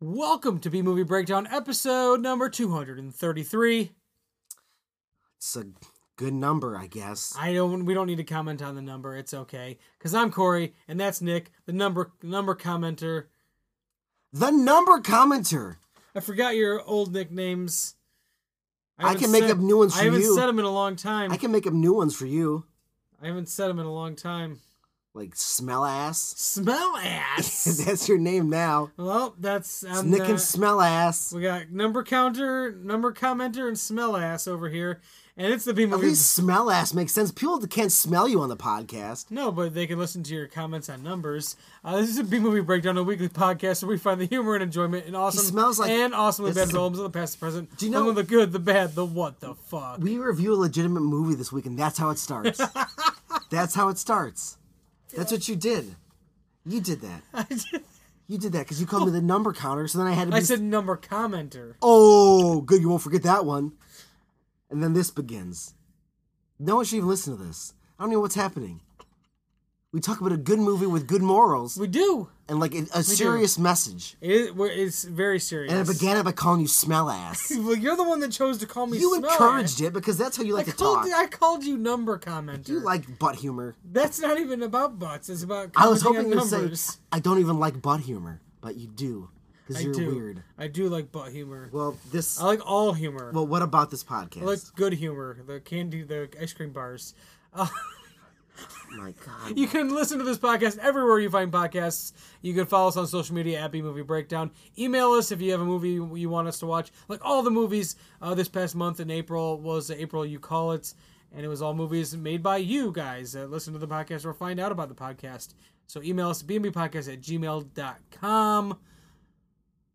Welcome to B Movie Breakdown, episode number 233. It's a good number, I guess. I don't we don't need to comment on the number. It's okay. Cuz I'm Corey and that's Nick, the number number commenter. The number commenter. I forgot your old nicknames. I haven't can make said- up new ones I for haven't you. said them in a long time. I can make up new ones for you, I haven't said them in a long time. like smell ass. Smell ass. That's your name now. well, that's It's I'm Nick not- and smell ass. We got number counter, number commenter, and smell ass over here, and it's the B At movie. least smell ass makes sense. People can't smell you on the podcast. No, but they can listen to your comments on numbers. Uh, this is a B movie breakdown, a weekly podcast where we find the humor and enjoyment in awesome smells like- and awesomely this bad is a- films of the past, and present. Do you know- the good, the bad, the what the fuck? We review a legitimate movie this week, and that's how it starts. that's how it starts. That's what you did. You did that. did- You did that because you called me the number counter, so then I had to be I said number commenter. Oh, good. You won't forget that one. And then this begins. No one should even listen to this. I don't know what's happening. We talk about a good movie with good morals We do. and like a, a serious message. It, we're- it's very serious. And I began it by calling you smell ass. Well, you're the one that chose to call me. you smell encouraged ass. it because that's how you I like to called, talk. I called you number commenter. You like butt humor. That's not even about butts. It's about I was commenting hoping on you'd say numbers. I don't even like butt humor, but you do because you're I do. weird. I do like butt humor. Well, this. I like all humor. well, what about this podcast? I like good humor. The candy, the ice cream bars. My God. You can listen to this podcast everywhere you find podcasts. You can follow us on social media at B Movie Breakdown. Email us if you have a movie you want us to watch. Like all the movies uh, this past month in April was April You Call It, and it was all movies made by you guys that listen to the podcast or find out about the podcast. So email us bmbpodcast at gmail.com.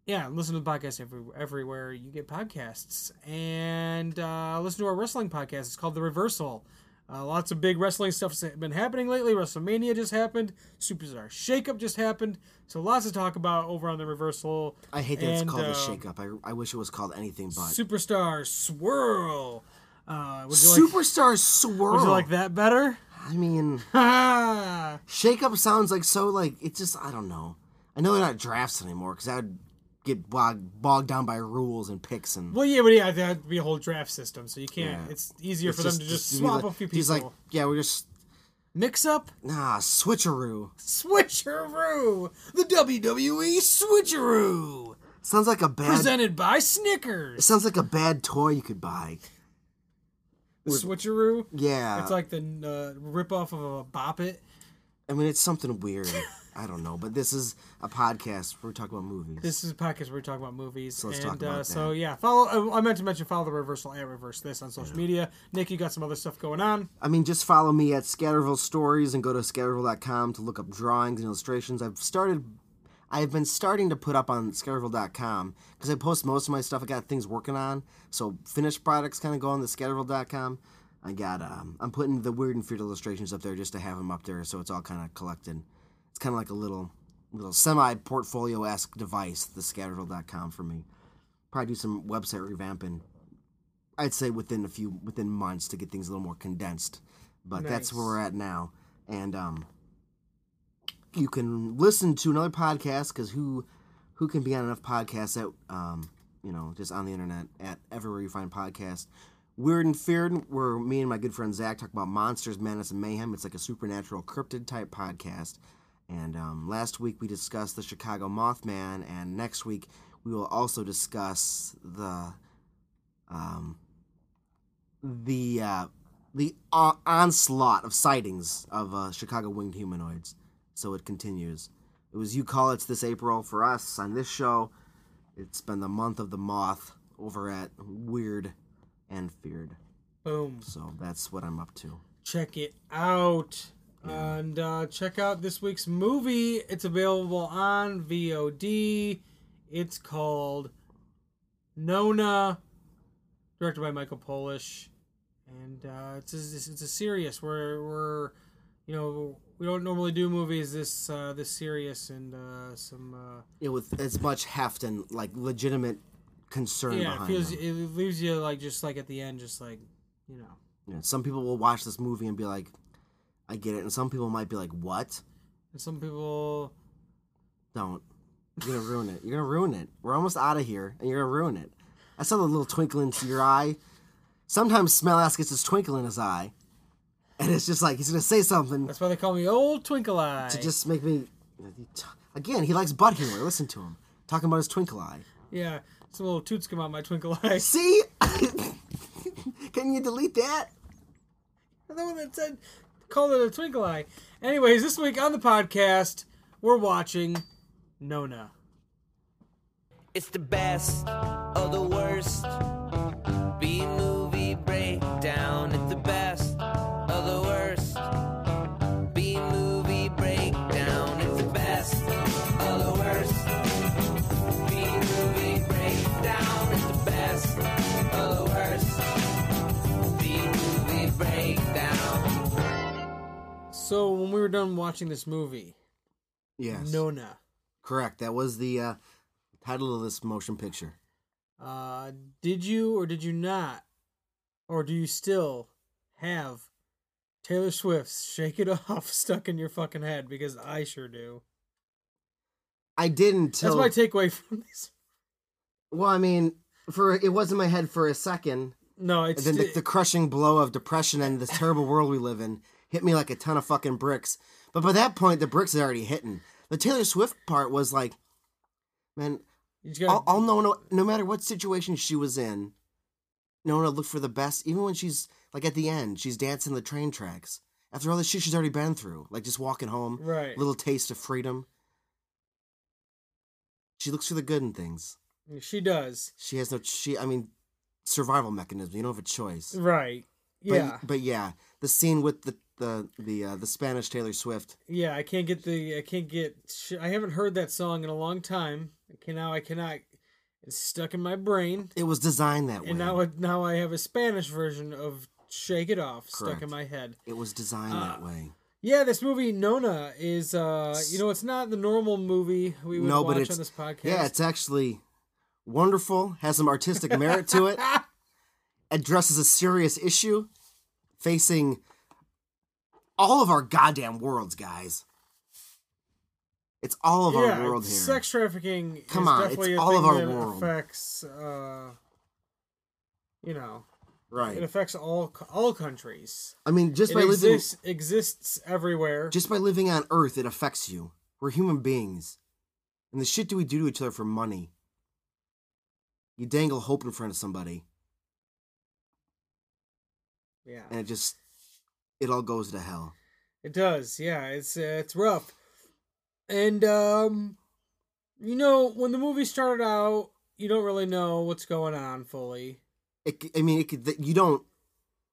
Yeah, listen to the podcast every, everywhere you get podcasts. And uh, listen to our wrestling podcast. It's called The Reversal. Uh, lots of big wrestling stuff has been happening lately. WrestleMania just happened. Superstar Shakeup just happened. So lots to talk about over on The Reversal. I hate that it's And, called uh, a shakeup. I, I wish it was called anything but. Superstar Swirl. Uh, would, you like, Superstar Swirl. would you like that better? I mean, Ah, shake up sounds like so like it's just I don't know. I know they're not drafts anymore because I'd get bogged, bogged down by rules and picks and well, yeah, but yeah, that'd be a whole draft system, so you can't. Yeah. It's easier it's for them to just, be swap like- a few people. He's like, yeah, we're just Mix up, nah switcheroo. switcheroo, the WWE switcheroo, Sounds like a bad. presented by it Snickers. sounds like a bad toy you could buy. The switcheroo. Yeah, It's like the uh, ripoff of a Bop It. I mean it's something weird. I don't know, but this is a podcast where we talk about movies. This is a podcast where we talk about movies. let's and talk uh, about that. so yeah, follow. I I meant to mention follow the reversal and reverse this on social media. Nick, you got some other stuff going on. I mean, just follow me at Scatterville Stories and go to scatterville.com to look up drawings and illustrations. I've started, I've been starting to put up on scatterville.com because I post most of my stuff. I got things working on, so finished products kind of go on the scatterville.com. I got, um, I'm putting the weird and feared illustrations up there just to have them up there, so it's all kind of collected. It's kind of like a little, little semi portfolio esque device, the scatterville.com for me. Probably do some website revamping I'd say within a few within months to get things a little more condensed. But that's where Nice. we're at now. And um you can listen to another podcast cuz who who can be on enough podcasts that um you know, just on the internet at everywhere you find podcasts. Weird and Feared, where me and my good friend Zach talk about monsters, madness, and mayhem. It's like a supernatural cryptid type podcast. And um, last week we discussed the Chicago Mothman, and next week we will also discuss the um, the uh, the o- onslaught of sightings of uh, Chicago winged humanoids. So it continues. It was you call it's this April for us on this show. It's been the month of the moth over at Weird and Feared. Boom. So that's what I'm up to. check it out and uh, check out this week's movie it's available on vod it's called nona directed by michael polish and uh, it's, a, it's it's a serious we're, we're you know we don't normally do movies this uh, this serious and uh, some uh, It with as much heft and like legitimate concern yeah it behind feels them. it leaves you like just like at the end just like you know You know, some people will watch this movie and be like, "I get it," and some people might be like, "What? and some people Don't." You're gonna ruin it. You're gonna ruin it. We're almost out of here, and you're gonna ruin it. I saw the little twinkle into your eye. Sometimes Smellass gets this twinkle in his eye, and it's just like he's gonna say something That's why they call me Old Twinkle Eye. to just make me. Again, he likes butt humor. Listen to him talking about his twinkle eye. yeah, some little toots come out my twinkle eye. See? Can you delete that? the one that said called it a twinkle eye. Anyways, this week on the podcast, we're watching Nona. It's the best of the worst. B movie breakdown. It's the best of the worst. B movie breakdown. It's the best of the worst. B movie breakdown. It's the best of the worst. B movie breakdown. So when we were done watching this movie, Yes. Nona, Correct. That was the uh, title of this motion picture. uh, did you or did you not, or do you still have Taylor Swift's "Shake It Off" stuck in your fucking head? Because I sure do. I didn't That's till. my takeaway from this. well, I mean, for it was in my head for a second, No, and it's then the, the crushing blow of depression and this terrible world we live in hit me like a ton of fucking bricks. But by that point, the bricks had already hitting. The Taylor Swift part was like, man, you just gotta- I'll, I'll know no, no matter what situation she was in. Nona looked for the best, even when she's like at the end, she's dancing the train tracks. After all the shit she's already been through, like just walking home, Right. Little taste of freedom. She looks for the good in things. she does She has no, she, I mean, survival mechanism. You don't have a choice. right. But, Yeah, but yeah, the scene with the the the uh, the Spanish Taylor Swift. Yeah, I can't get the I can't get sh- I haven't heard that song in a long time. I can now I cannot it's stuck in my brain. It was designed that way. And now it- now I have a Spanish version of Shake It Off stuck in Correct. my head. it was uh, designed that way. Yeah, this movie Nona is uh you know it's not the normal movie we would No, but watch it's- on this podcast. Yeah, it's actually wonderful. Has some artistic merit to it. Addresses a serious issue facing all of our goddamn worlds, guys. It's all of Yeah, our world here. Sex trafficking Come is on, it's definitely a all thing of our that world. affects uh you know, right. it affects all co- all countries. I mean, just It by living exists exists everywhere. just by living on Earth, it affects you. We're human beings, and the shit do we do to each other for money? You dangle hope in front of somebody, yeah. and it just it all goes to hell. It does, yeah. It's uh, it's rough, and um, you know when the movie started out, you don't really know what's going on fully, It, c- I mean, it could, that you don't.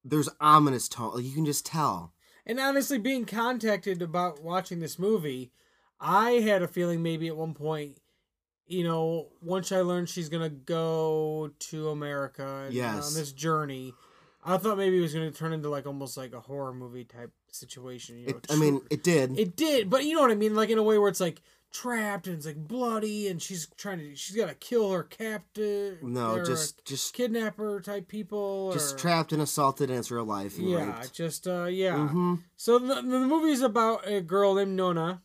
There's ominous tone. Like, you can just tell. and honestly, being contacted about watching this movie, I had a feeling maybe at one point, you know, once I learned she's gonna go to America and, Yes. on this journey. I thought maybe it was going to turn into like almost like a horror movie type situation. You know, It, I mean, it did. It did, but you know what I mean, like in a way where it's like trapped and it's like bloody, and she's trying to, she's got to kill her captive. no, or just just kidnapper type people. just or- trapped and assaulted, and it's real life. And Yeah, raped. just uh, yeah. hmm So the, the movie is about a girl named Nona.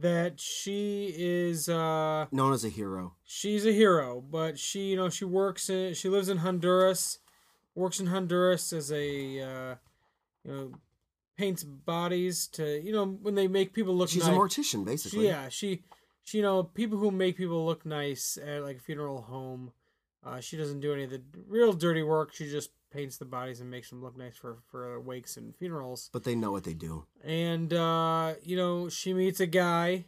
That she is, uh, Known as a hero. she's a hero, but she, you know, she works in, she lives in Honduras, works in Honduras as a, uh, you know, paints bodies to, you know, when they make people look She's nice. a mortician, basically. Yeah, she, she, you know, people who make people look nice at like a funeral home. Uh, she doesn't do any of the real dirty work. She just paints the bodies and makes them look nice for for wakes and funerals. But they know what they do. And uh, you know, she meets a guy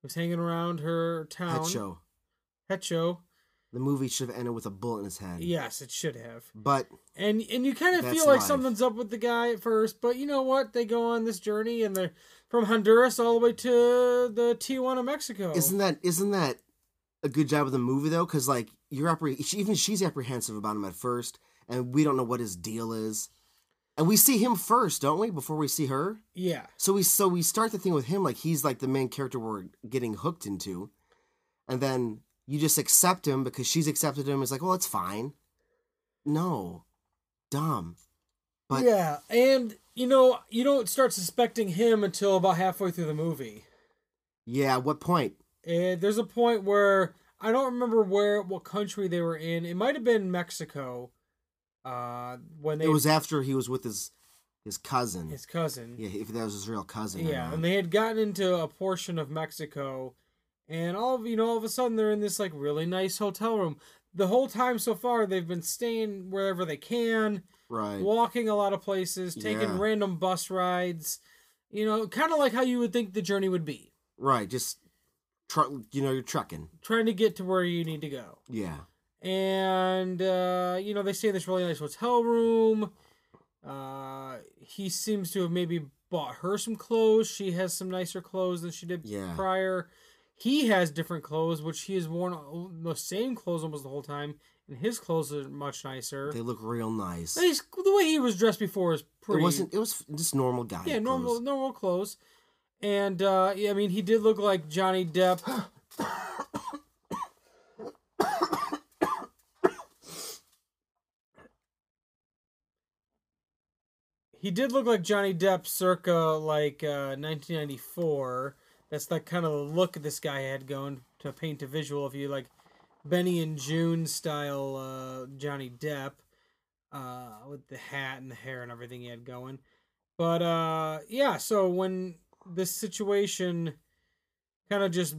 who's hanging around her town. Head show. Hecho. The movie should have ended with a bullet in his head. Yes, it should have. But And and you kind of That's feel like life. something's up with the guy at first, but you know what? They go on this journey and they're from Honduras all the way to the Tijuana, Mexico. isn't that isn't that a good job of the movie though? Because like you're appre- she, even she's apprehensive about him at first, and we don't know what his deal is, and we see him first, don't we? Before we see her, yeah. so we so we start the thing with him like he's like the main character we're getting hooked into, and then you just accept him because she's accepted him. It's like, well, it's fine. No, dumb. But- yeah, and you know you don't start suspecting him until about halfway through the movie. Yeah. At what point? And there's a point where I don't remember where what country they were in. It might have been Mexico. Uh, when they It was after he was with his his cousin. his cousin. yeah, if that was his real cousin. or Yeah, not. and they had gotten into a portion of Mexico, and all of you know, all of a sudden they're in this like really nice hotel room. The whole time so far, they've been staying wherever they can, right. walking a lot of places, taking Yeah. random bus rides. You know, kind of like how you would think the journey would be, right. Just tru- you know, you're trucking. trying to get to where you need to go. Yeah. and uh, you know they stay in this really nice hotel room. Uh, he seems to have maybe bought her some clothes. She has some nicer clothes than she did Yeah. prior. He has different clothes, which he has worn al- the same clothes almost the whole time, and his clothes are much nicer. They look real nice. But he's, the way he was dressed before is pretty. It wasn't. It was just normal guy. yeah, normal clothes. normal clothes, and uh, yeah, I mean he did look like Johnny Depp. he did look like Johnny Depp circa like uh, 1994. That's like kind of the look this guy had going to paint a visual of you like Benny and June style uh, Johnny Depp uh, with the hat and the hair and everything he had going. But uh, yeah, so when this situation kind of just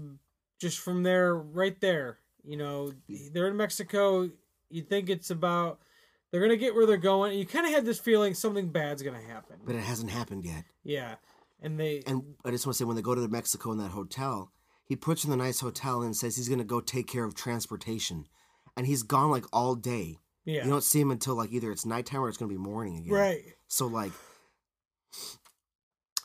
just from there, right there, you know, Mm. they're in Mexico. You think it's about they're gonna get where they're going. You kind of had this feeling something bad's gonna happen. But it hasn't happened yet. Yeah, and they And I just want to say, when they go to Mexico in that hotel, he puts her in the nice hotel and says he's going to go take care of transportation. And he's gone like all day. yeah You don't see him until like either it's nighttime or it's going to be morning again. right. So like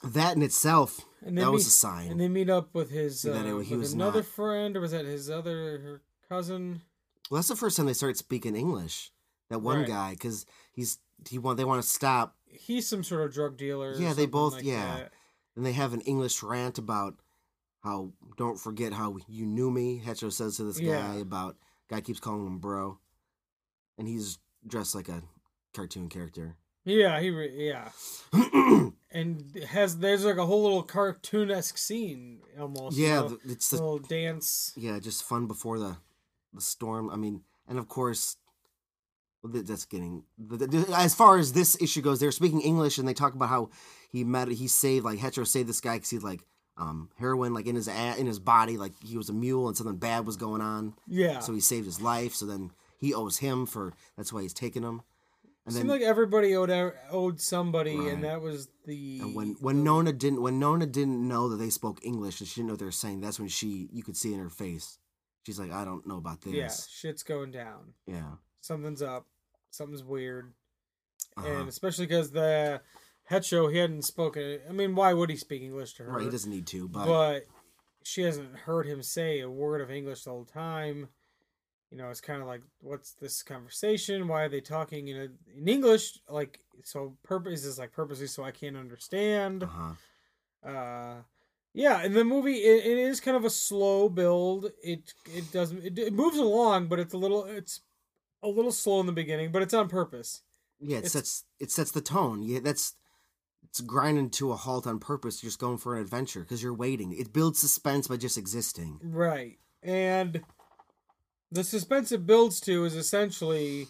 that in itself, And they that was meet- a sign. And they meet up with his uh, That it- he with was another not- friend, or was that his other her cousin? well, that's the first time they started speaking English. That one Right. guy, because he's he want they want to stop, He's some sort of drug dealer. or Yeah, they something both- like yeah. that. and they have an English rant about how don't forget how you knew me. Hetero says to this Yeah. guy about guy keeps calling him bro, and he's dressed like a cartoon character. Yeah, he re- yeah, and has there's like a whole little cartoonesque scene almost. you yeah, know, th- it's the little dance. yeah just fun before the the storm. I mean, and of course. well, th- That's getting th- th- as far as this issue goes. They're speaking English and they talk about how he met, he saved like Hetero saved this guy because he had like um heroin like in his a- in his body, like he was a mule and something bad was going on. Yeah, So he saved his life. So then he owes him for that's why he's taking him. And seemed then like everybody owed e- owed somebody, Right. and that was the and when when Nona didn't when Nona didn't know that they spoke English and she didn't know what they were saying, that's when she you could see in her face. She's like, I don't know about yeah this. shit's going down. Yeah. Something's up. Something's weird. Uh-huh. and especially because the head show he hadn't spoken. I mean, why would he speak English to her? Right, he doesn't need to, but, but she hasn't heard him say a word of English the whole time. You know, it's kind of like, what's this conversation? Why are they talking in a, in English? Like, so purpose is like purposely so I can't understand. uh-huh. Uh, yeah, and the movie it, it is kind of a slow build. It it doesn't it, it moves along, but it's a little it's a little slow in the beginning, but it's on purpose. Yeah, it It's- sets it sets the tone. Yeah, that's it's grinding to a halt on purpose. You're just going for an adventure because you're waiting. It builds suspense by just existing. Right. And the suspense it builds to is essentially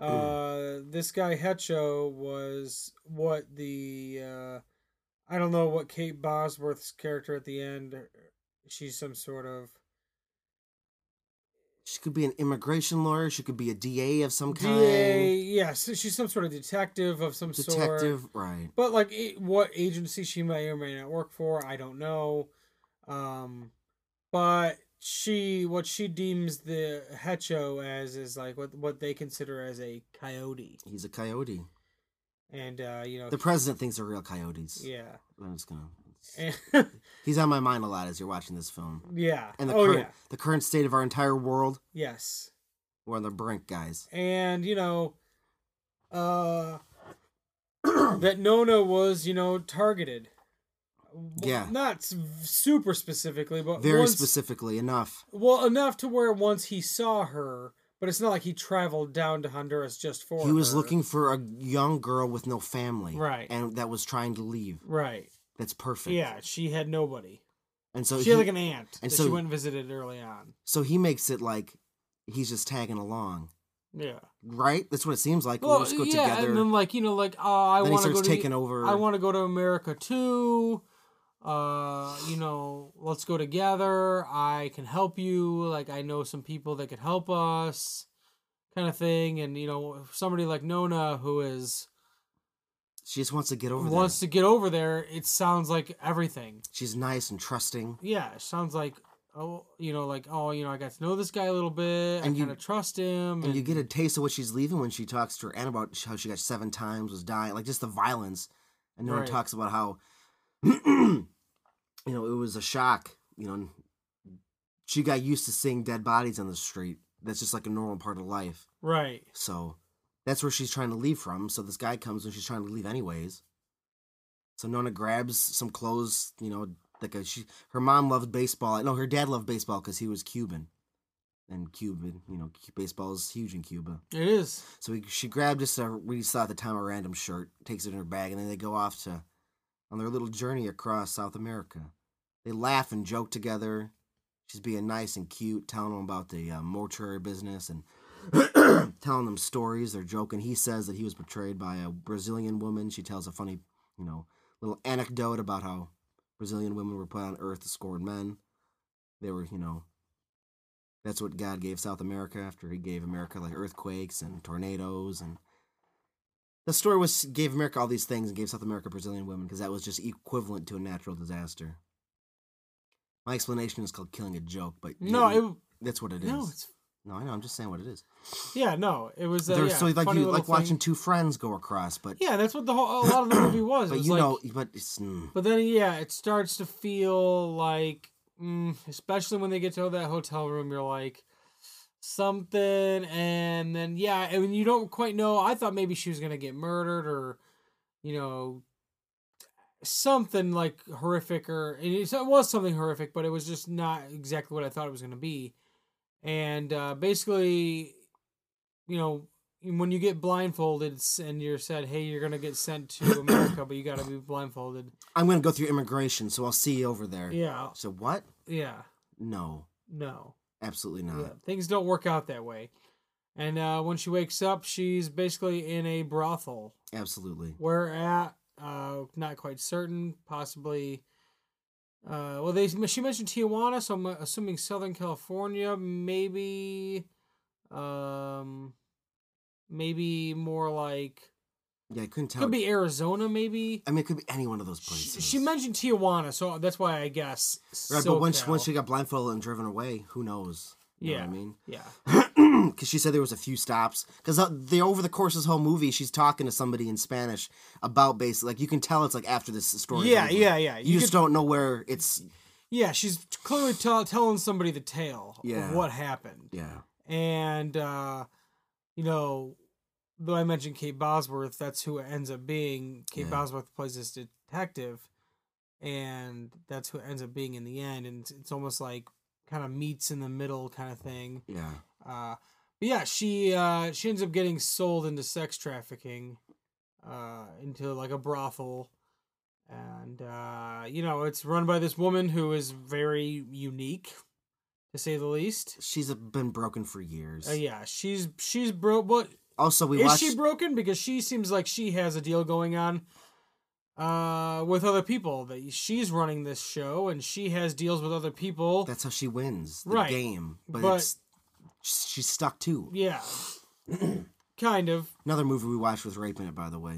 uh, this guy Hecho was what the uh, I don't know what Kate Bosworth's character at the end. She's some sort of She could be an immigration lawyer. She could be a DA of some kind. DA. Yes, she's some sort of detective of some sort. detective, right? But like, it, what agency she may or may not work for, I don't know. Um, but she, what she deems the hecho as is like what what they consider as a coyote, He's a coyote. and uh, you know, The president thinks they're real coyotes. yeah, I'm just gonna. And- He's on my mind a lot as you're watching this film. yeah, And the oh current yeah, the current state of our entire world, yes, we're on the brink, guys. and you know, uh, that Nona was you know targeted. Yeah. not s- super specifically, but Very once- specifically enough. Well, enough to where once he saw her, but it's not like he traveled down to Honduras just for He was her. looking for a young girl with no family, Right. And that was trying to leave. Right. That's perfect. Yeah, she had nobody. And so she he, had like an aunt and that so- she went and visited early on. so he makes it like he's just tagging along, Yeah. right? That's what it seems like. Well, we'll just go yeah, together. and then like you know, like oh, I Then he want to go starts to taking over. I want to go to America too. Uh, you know, let's go together. I can help you. Like I know some people that could help us, kind of thing. And you know, somebody like Nona who is she just wants to get over wants there. to get over there. It sounds like everything. She's nice and trusting. Yeah, it sounds like oh, you know, like oh, you know, I got to know this guy a little bit. And I you- kind of trust him. And And you get a taste of what she's leaving when she talks to her aunt about how she got seven times, was dying, like just the violence. And no one Right. talks about how, you know, it was a shock. You know, she got used to seeing dead bodies on the street. That's just like a normal part of life. right. So that's where she's trying to leave from. So this guy comes and she's trying to leave anyways. So Nona grabs some clothes, you know, like a, she, her mom loved baseball. No, her dad loved baseball because he was Cuban. And Cuban, you know, cu- baseball is huge in Cuba. It is. So he, she grabbed just a, we saw at the time, a random shirt, takes it in her bag, and then they go off to, on their little journey across South America. They laugh and joke together. She's being nice and cute, telling them about the uh, mortuary business and telling them stories. They're joking. He says that he was portrayed by a Brazilian woman. She tells a funny, you know, little anecdote about how Brazilian women were put on earth to scorn men. They were, you know, that's what God gave South America after He gave America like earthquakes and tornadoes and the story was gave America all these things and gave South America Brazilian women because that was just equivalent to a natural disaster. My explanation is called killing a joke, but No, you- it, that's what it is. no, it's No, I know. I'm just saying what it is. yeah, no, it was. Uh, There- yeah, so like funny you little like thing. watching two friends go across, but Yeah, that's what the whole a lot of the movie was. It but was you like, know, but it's, mm, but then yeah, it starts to feel like, mm, especially when they get to that hotel room, you're like something, and then yeah, I mean you don't quite know. I thought maybe she was gonna get murdered or, you know, something like horrific or and it's- it was something horrific, but it was just not exactly what I thought it was gonna be, and uh, basically, you know, when you get blindfolded s- and you're said, "Hey, you're gonna get sent to America, but you gotta be blindfolded." I'm gonna go through immigration, so I'll see you over there. Yeah, So what? yeah, No, no, absolutely not. yeah. things don't work out that way. And uh, when she wakes up, she's basically in a brothel. Absolutely. Where at? Uh, not quite certain. Possibly. Uh, well, they she mentioned Tijuana, so I'm assuming Southern California, maybe, um, maybe more like Yeah, I couldn't tell. could be Arizona, maybe. I mean, it could be any one of those She, places. she mentioned Tijuana, so that's why I guess. right, but once SoCal. once she got blindfolded and driven away, who knows? You yeah, know what I mean. yeah, because she said there was a few stops because they over the course of this whole movie she's talking to somebody in spanish about basically like you can tell it's like after this story yeah, yeah, yeah. you, just could- don't know where it's yeah, she's clearly tell telling somebody the tale Yeah. of what happened, yeah and uh, you know, though I mentioned Kate Bosworth, that's who it ends up being. Kate Yeah. Bosworth plays this detective, and that's who it ends up being in the end. And it's, it's almost like kind of meets in the middle kind of thing. yeah Uh, but yeah, she uh, she ends up getting sold into sex trafficking, uh, into like a brothel, and uh, you know it's run by this woman who is very unique, to say the least. she's been broken for years Uh, yeah, she's she's broke. What also we is watched she broken? Because she seems like she has a deal going on uh with other people that she's running this show and she has deals with other people that's how she wins the Right. game but, But- it's she's stuck too yeah kind of another movie we watched with rape in it by the way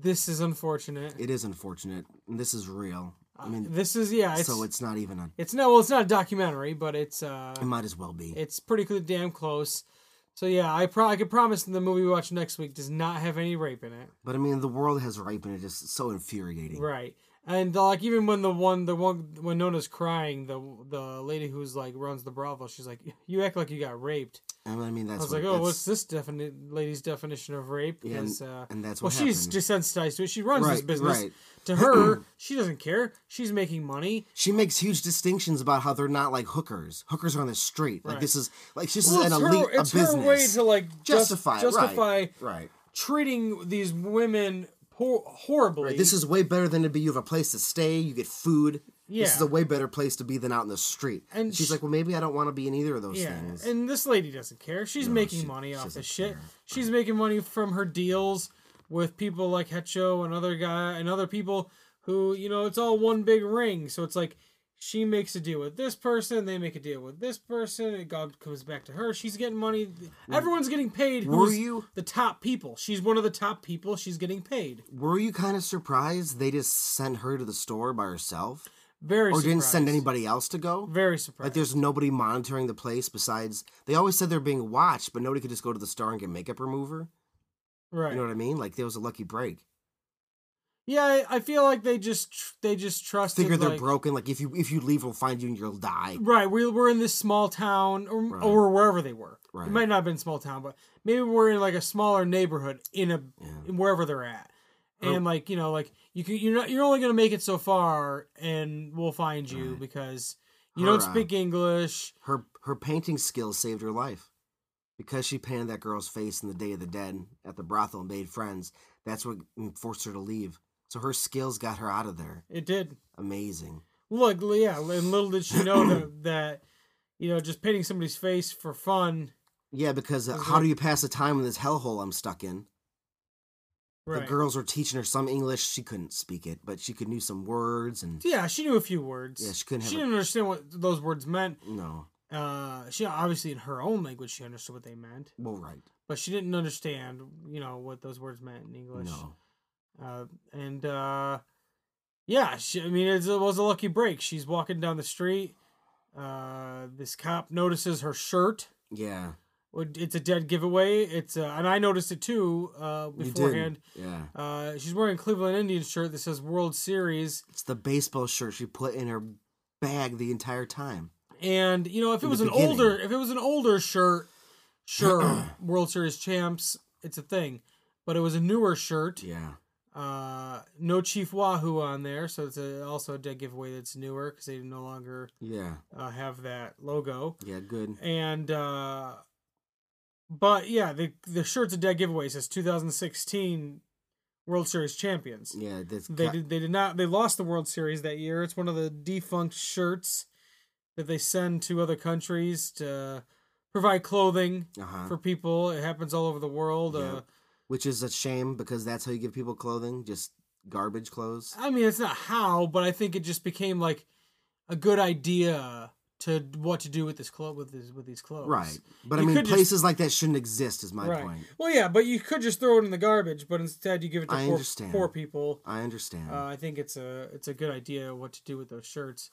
this is unfortunate it is unfortunate and this is real i mean this is yeah Uh, it's, so it's it's not even a no well it's not a documentary but it's uh it might as well be it's pretty cl- damn close so yeah i pro- i could promise the movie we watch next week does not have any rape in it but i mean the world has rape in it just it's so infuriating right and uh, like even when the one the one when nona's crying the the lady who's like runs the brothel she's like you act like you got raped And I mean that's i was what, like oh that's- what's this definite lady's definition of rape Yeah, because uh and that's well what she's happened. desensitized to it she runs this Right, business right. to her she doesn't care she's making money she makes huge distinctions about how they're not like hookers. Hookers are on the street. Like this is like this Well, is it's an her- elite a it's her business. way to, like, just- justify it, justify- right, right. treating these women poor, horribly. This is way better than it'd be. You have a place to stay. You get food. Yeah. This is a way better place to be than out in the street. And And she's sh- like, well, maybe I don't want to be in either of those yeah, things. and this lady doesn't care. She's making she- money she off doesn't this shit. care. She's making money from her deals with people like Hecho and other guy and other people who you know it's all one big ring. So it's like she makes a deal with this person, they make a deal with this person. It all comes back to her. She's getting money. Everyone's getting paid. Were who's you- the top people? She's one of the top people. She's getting paid. Were you kind of surprised they just sent her to the store by herself, Very or didn't surprised. send anybody else to go? Very surprised. Like, there's nobody monitoring the place besides. They always said they're being watched, but nobody could just go to the store and get makeup remover. right. You know what I mean? Like, there was a lucky break. yeah, I, I feel like they just tr- they just trusted. Figure they're like, broken. Like, if you if you leave, we'll find you and you'll die. Right, we were in this small town, or, Right. or wherever they were. Right. It might not have been small town, but maybe we're in like a smaller neighborhood in a Yeah. in wherever they're at, Or- and like you know, like you can you're not, you're only gonna make it so far, and we'll find you Right. because you Her, don't uh, speak English. Her her painting skills saved her life because she painted that girl's face in the Day of the Dead at the brothel and made friends. That's what forced her to leave. So her skills got her out of there. It did Amazing. look, yeah, and little did she know that, that you know just painting somebody's face for fun. Yeah, because uh, Was how it- do you pass the time in this hellhole I'm stuck in? Right. The girls were teaching her some English. She couldn't speak it, but she could knew some words and Yeah, she knew a few words. Yeah, she couldn't have She a- didn't understand what those words meant. no. Uh, she obviously in her own language she understood what they meant. Well, right. but she didn't understand, you know, what those words meant in English. No. Uh, and uh, yeah, she, I mean, it's, it was a lucky break. She's walking down the street. Uh, this cop notices her shirt. Yeah. Would- It's a dead giveaway. It's uh, and I noticed it too uh, You did. beforehand. Yeah. Uh, she's wearing a Cleveland Indians shirt that says World Series, It's the baseball shirt she put in her bag the entire time. and you know if it In the was an beginning. older if it was an older shirt, sure, World Series champs, it's a thing. But it was a newer shirt. Yeah. Uh, no Chief Wahoo on there, so it's a, also a dead giveaway that's newer because they no longer Yeah. uh, have that logo. Yeah. Good. And uh, but yeah, the the shirt's a dead giveaway. It says 2016 World Series champions. Yeah. This They co- did they did not they lost the World Series that year. It's one of the defunct shirts that they send to other countries to provide clothing Uh-huh. for people. It happens all over the world. Yep. Uh, Which is a shame because that's how you give people clothing, just garbage clothes. I mean, it's not how, but I think it just became like a good idea to what to do with this club with this with these clothes. Right. But You I mean, could just- places like that shouldn't exist, is my right. point. Well, yeah, but you could just throw it in the garbage, but instead you give it to I poor, understand. poor people. I understand. Uh, I think it's a it's a good idea what to do with those shirts.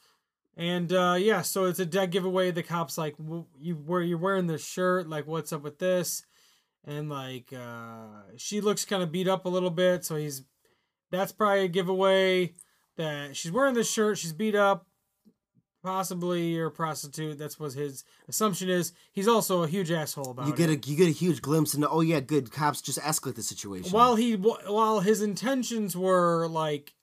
And uh, yeah, so it's a dead giveaway. The cops like w- you where you're wearing this shirt. Like, what's up with this? And like, uh, she looks kind of beat up a little bit. So he's that's probably a giveaway that she's wearing this shirt. She's beat up, possibly you're a prostitute. That's what his assumption is. He's also a huge asshole about you it. get a you get a huge glimpse into oh yeah good cops just escalate the situation while he while his intentions were like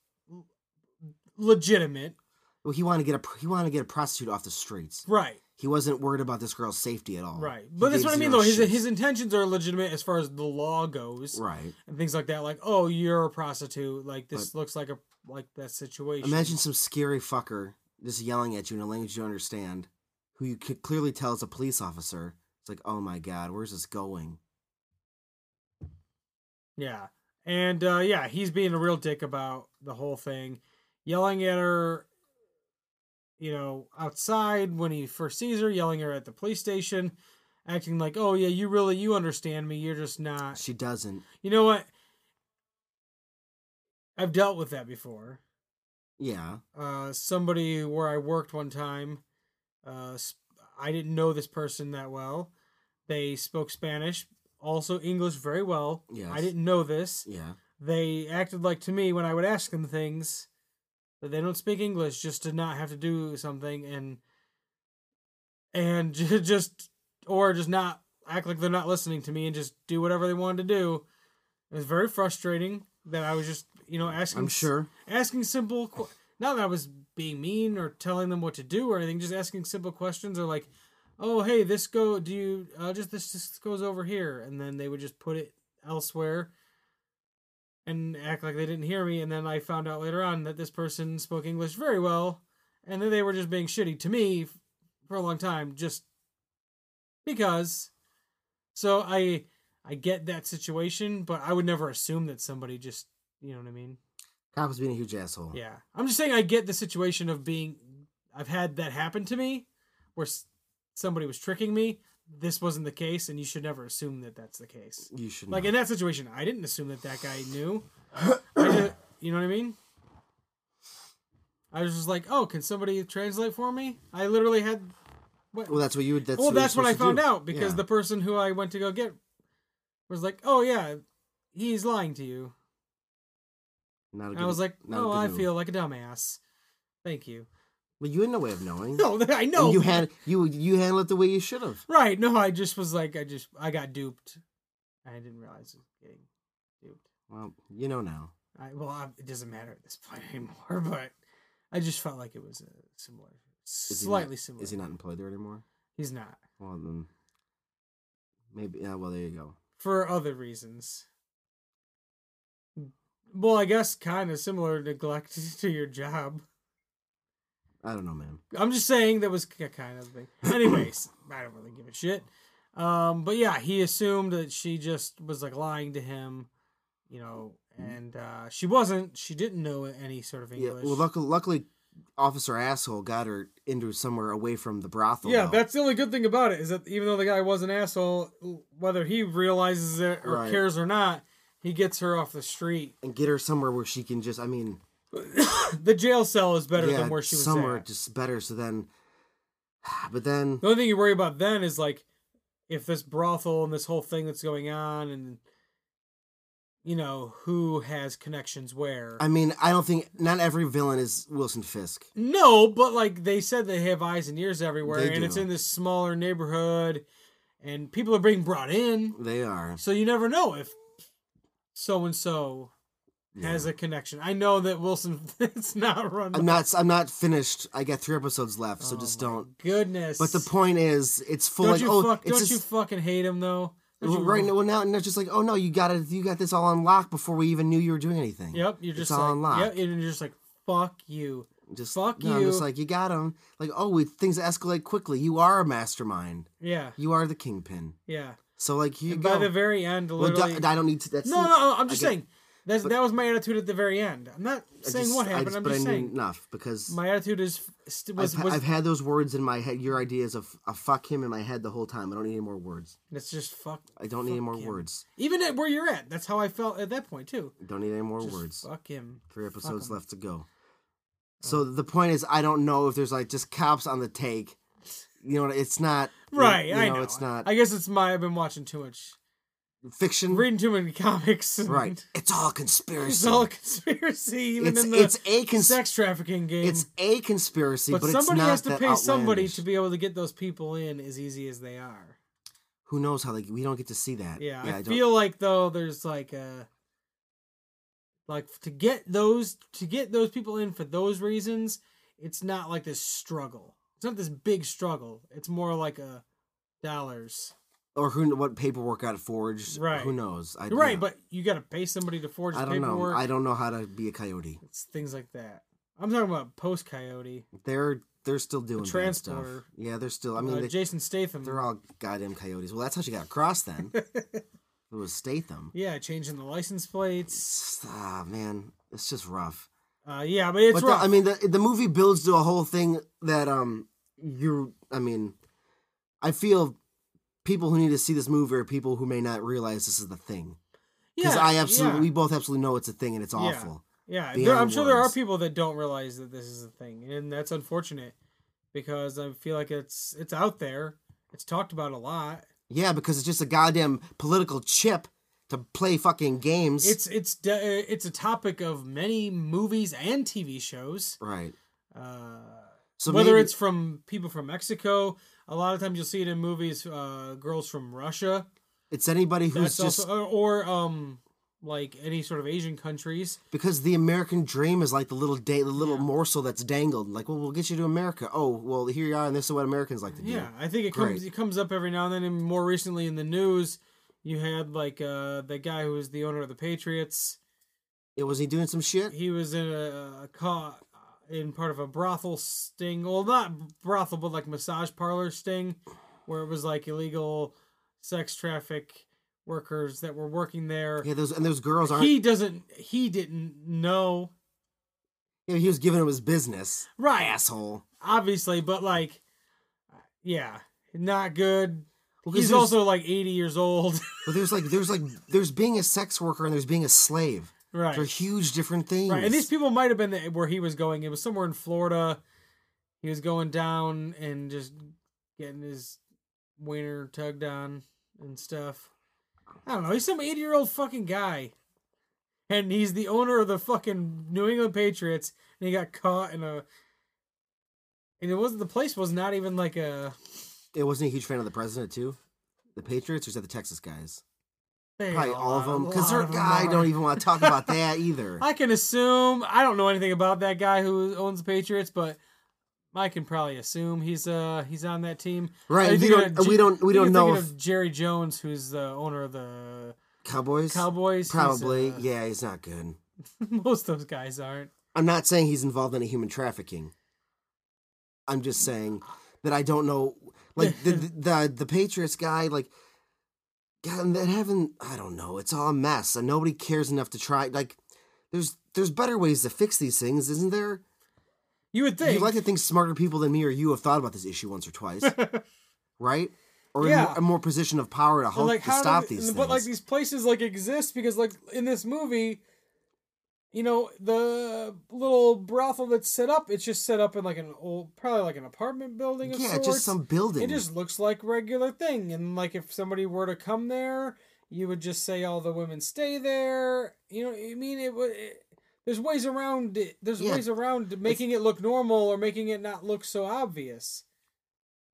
legitimate, Well, he wanted to get a he wanted to get a prostitute off the streets right? he wasn't worried about this girl's safety at all Right. He But that's gave what I mean, zero though. His, shits. his intentions are legitimate as far as the law goes right and things like that. Like, oh, you're a prostitute. Like, this looks like a like that situation. imagine some scary fucker just yelling at you in a language you don't understand who you could clearly tell is a police officer it's like oh my god where's this going yeah. And uh, yeah, he's being a real dick about the whole thing, yelling at her, you know, outside when he first sees her, yelling at her at the police station, acting like, oh, yeah, you really, you understand me. You're just not. she doesn't You know what? I've dealt with that before. yeah uh, somebody where I worked one time. Uh, sp- I didn't know this person that well. They spoke Spanish, also English very well. I Yes. didn't know this. yeah They acted like to me when I would ask them things that they don't speak English just to not have to do something and and ju- just or just not act like they're not listening to me and just do whatever they wanted to do. It was very frustrating that I was just, you know, asking i'm s- sure asking simple que- not that i was being mean or telling them what to do or anything just asking simple questions or like oh hey this go do you uh, just this just goes over here and then they would just put it elsewhere and act like they didn't hear me and then i found out later on that this person spoke english very well and then they were just being shitty to me f- for a long time just because so i i get that situation but i would never assume that somebody just you know what i mean Cop was being a huge asshole. yeah i'm just saying i get the situation of being i've had that happen to me where s- somebody was tricking me this wasn't the case and you should never assume that that's the case You should like know. in that situation i didn't assume that that guy knew I ju- you know what i mean i was just like oh can somebody translate for me i literally had well, that's what you would. That's well what you're that's what i supposed found to do. out because Yeah. the person who i went to go get was like oh yeah he's lying to you Not a and good, i was like not a oh good i move. feel like a dumbass thank you Well, you had no way of knowing. no i know And you had you you handled it the way you should have. right no i just was like i just i got duped i didn't realize it was getting duped Well, you know now. I, well, I, it doesn't matter at this point anymore, but I just felt like it was a similar, Is he slightly not, similar. Is he not employed there anymore? He's not Well, then maybe. Yeah. Well, there you go. for other reasons. Well, I guess kind of similar neglect to your job. I don't know, man. I'm just saying that was k- kind of the thing. Anyways, I don't really give a shit. Um, but yeah, he assumed that she just was like lying to him, you know, and uh, she wasn't. She didn't know any sort of Mm-hmm. Yeah. English. Well, luckily, luckily, Officer Asshole got her into somewhere away from the brothel. Yeah, though. that's the only good thing about it is that even though the guy was an asshole, whether he realizes it or Right. cares or not, he gets her off the street. and get her somewhere where she can just. I mean, The jail cell is better yeah, than where she was somewhere at. just better. So then, but then The only thing you worry about then is like if this brothel and this whole thing that's going on and you know who has connections where. I mean, I don't think not every villain is Wilson Fisk. No, but like they said, they have eyes and ears everywhere, They and it's do. in this smaller neighborhood, and people are being brought in. They are. So you never know if so and so has Yeah. a connection. I know that Wilson it's not run. I'm not. I'm not finished. I got three episodes left, so Oh just my don't. Goodness. But the point is, it's full. don't like, you oh, fuck, it's don't just, you fucking hate him though? Don't you- right now. Well, now and it's just like, oh no, you got it. You got this all on lock before we even knew you were doing anything. Yep, you're It's just all like, on lock. Yep, and you're just like fuck you. Just fuck no, I'm you. just like you got him. Like oh, we, things escalate quickly. You are a mastermind. Yeah, You are the kingpin. yeah. So like here you And go. by the very end, well, literally. d- I don't need to. That's no, no, no, I'm just I get- saying. That's, that was my attitude at the very end. I'm not I saying just- what I happened. just- I'm but just I knew saying enough because my attitude is st- was I've, was I've had those words in my head. Your ideas of a fuck him in my head the whole time. I don't need any more words. it's just fuck. I don't need any fuck more him. words. Even at where you're at, that's how I felt at that point too. Don't need any more Just words. Fuck him. Three episodes 'em. left to go. So the point is, I don't know if there's like just cops on the take. You know, it's not Right, You I know, know. it's not I guess it's my. I've been watching too much, fiction. reading too many comics. and Right, it's all conspiracy. It's all a conspiracy, even It's- in the it's a cons- sex trafficking game. It's a conspiracy, but, but, it's somebody not has to that pay somebody outlandish. to be able to get those people in as easy as they are. Who knows how they? We don't get to see that. Yeah, I, don't- feel like though there's like a like to get those to get those people in for those reasons. It's not like this struggle. It's not this big struggle. It's more like a dollars. or who kn- what paperwork got forged. Right. Who knows? I, Right, yeah. but you got to pay somebody to forge I the don't paperwork. know. I don't know how to be a coyote. It's things like that. I'm talking about post Coyote. They're they're still doing bad stuff. transporter. Yeah, they're still. I Uh, mean, they, Jason Statham. they're all goddamn coyotes. Well, that's how she got across then. it was Statham. yeah, changing the license plates. Ah, man, it's just rough. Uh, yeah, but it's but the- rough. I mean, the the movie builds to a whole thing that um you. I mean, I feel people who need to see this movie are people who may not realize this is the thing. Because yeah, I absolutely, yeah, we both absolutely know it's a thing and it's Yeah. awful. yeah. beyond There- I'm sure there are words. people that don't realize that this is a thing, and that's unfortunate because I feel like it's it's out there. It's talked about a lot. Yeah, because it's just a goddamn political chip to play fucking games. It's it's de- uh, it's a topic of many movies and TV shows. right. Uh, So whether maybe- it's from people from Mexico, a lot of times you'll see it in movies. Uh, girls from Russia, It's anybody who's that's just also, or, or um, like any sort of Asian countries. because the American dream is like the little day, the little Yeah. morsel that's dangled. Like, well, we'll get you to America. Oh, well, here you are, and this is what Americans like to do. Yeah, I think it comes Great. it comes up every now and then, and more recently in the news, you had like uh, the guy who was the owner of the Patriots. It was he doing some shit? He was in a, a car. in part of a brothel sting. Well, not brothel, but like massage parlor sting, where it was like illegal sex traffic workers that were working there. Yeah, those and those girls aren't. He doesn't. He didn't know. you know, he was giving him his business, Right. asshole. obviously, but like, yeah, not good. 'cause He's there's- also like 80 years old. But there's like there's like there's being a sex worker and there's being a slave. right. They're huge different things. Right. And these people might have been the, where he was going. It was somewhere in Florida. He was going down and just getting his wiener tugged on and stuff. I don't know. He's some 80 year old fucking guy. And he's the owner of the fucking New England Patriots. And he got caught in a. And it wasn't. The place was not even like a. it wasn't a huge fan of the president too. The Patriots or is that the Texas guys? they- Probably a all of lot- them. a Because lot their of them guy are. don't even want to talk about that either. I can assume. I don't know anything about that guy who owns the Patriots, but I can probably assume he's uh he's on that team. Right, Are you we thinking don't- of we don't- I think we don't you're know thinking of Jerry Jones, who's the owner of the Cowboys? Cowboys. He's, Probably. uh, yeah, he's not good. most of those guys aren't. I'm not saying he's involved in a human trafficking. I'm just saying that I don't know like the the the, the Patriots guy like God, and that haven't I don't know. It's all a mess and nobody cares enough to try like there's there's better ways to fix these things, isn't there? You would think. You'd like to think smarter people than me or you have thought about this issue once or twice, right? Or in Yeah. more, a more position of power to, But, help to how do stop they- these things. But like these places like exist because like in this movie, you know the little brothel that's set up. It's just set up in like an old, probably like an apartment building. Of yeah, sorts. just some building. It just looks like regular thing, and like if somebody were to come there, you would just say all the women stay there. You know, what I mean, it would. It, there's ways around it. There's Yeah. ways around making it look normal or making it not look so obvious.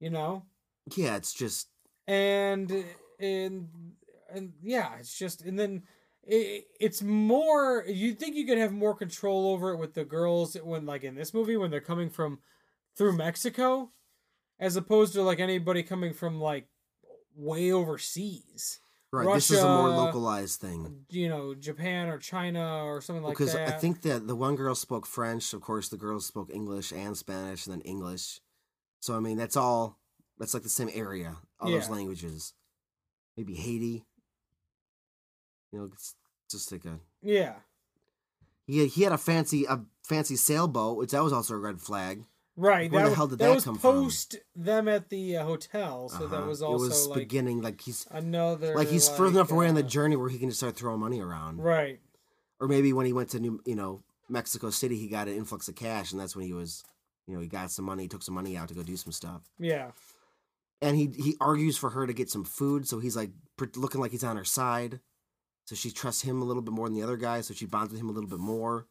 You know, yeah, it's just and and and yeah, it's just and then it, it's more. You think you could have more control over it with the girls when, like in this movie, when they're coming from through Mexico, as opposed to like anybody coming from like way overseas. right. this is a more Russia- localized thing. You know, Japan or China or something like because that. I think that the one girl spoke French. Of course, the girls spoke English and Spanish, and then English. So I mean, that's all. That's like the same area. All those Yeah. languages. Maybe Haiti. You know, it's just like a yeah, he. He had a fancy a fancy sailboat, which that was also a red flag. right. Where that the was- hell did that that was come from? post them at the uh, hotel, so that Uh-huh. was also it was like beginning like he's another like he's further enough away on the uh, journey where he can just start throwing money around. Right. Or maybe when he went to New, you know, Mexico City, he got an influx of cash, and that's when he was, you know, he got some money, took some money out to go do some stuff. Yeah. and he he argues for her to get some food, so he's like pr- looking like he's on her side. So she trusts him a little bit more than the other guy, so she bonds with him a little bit more.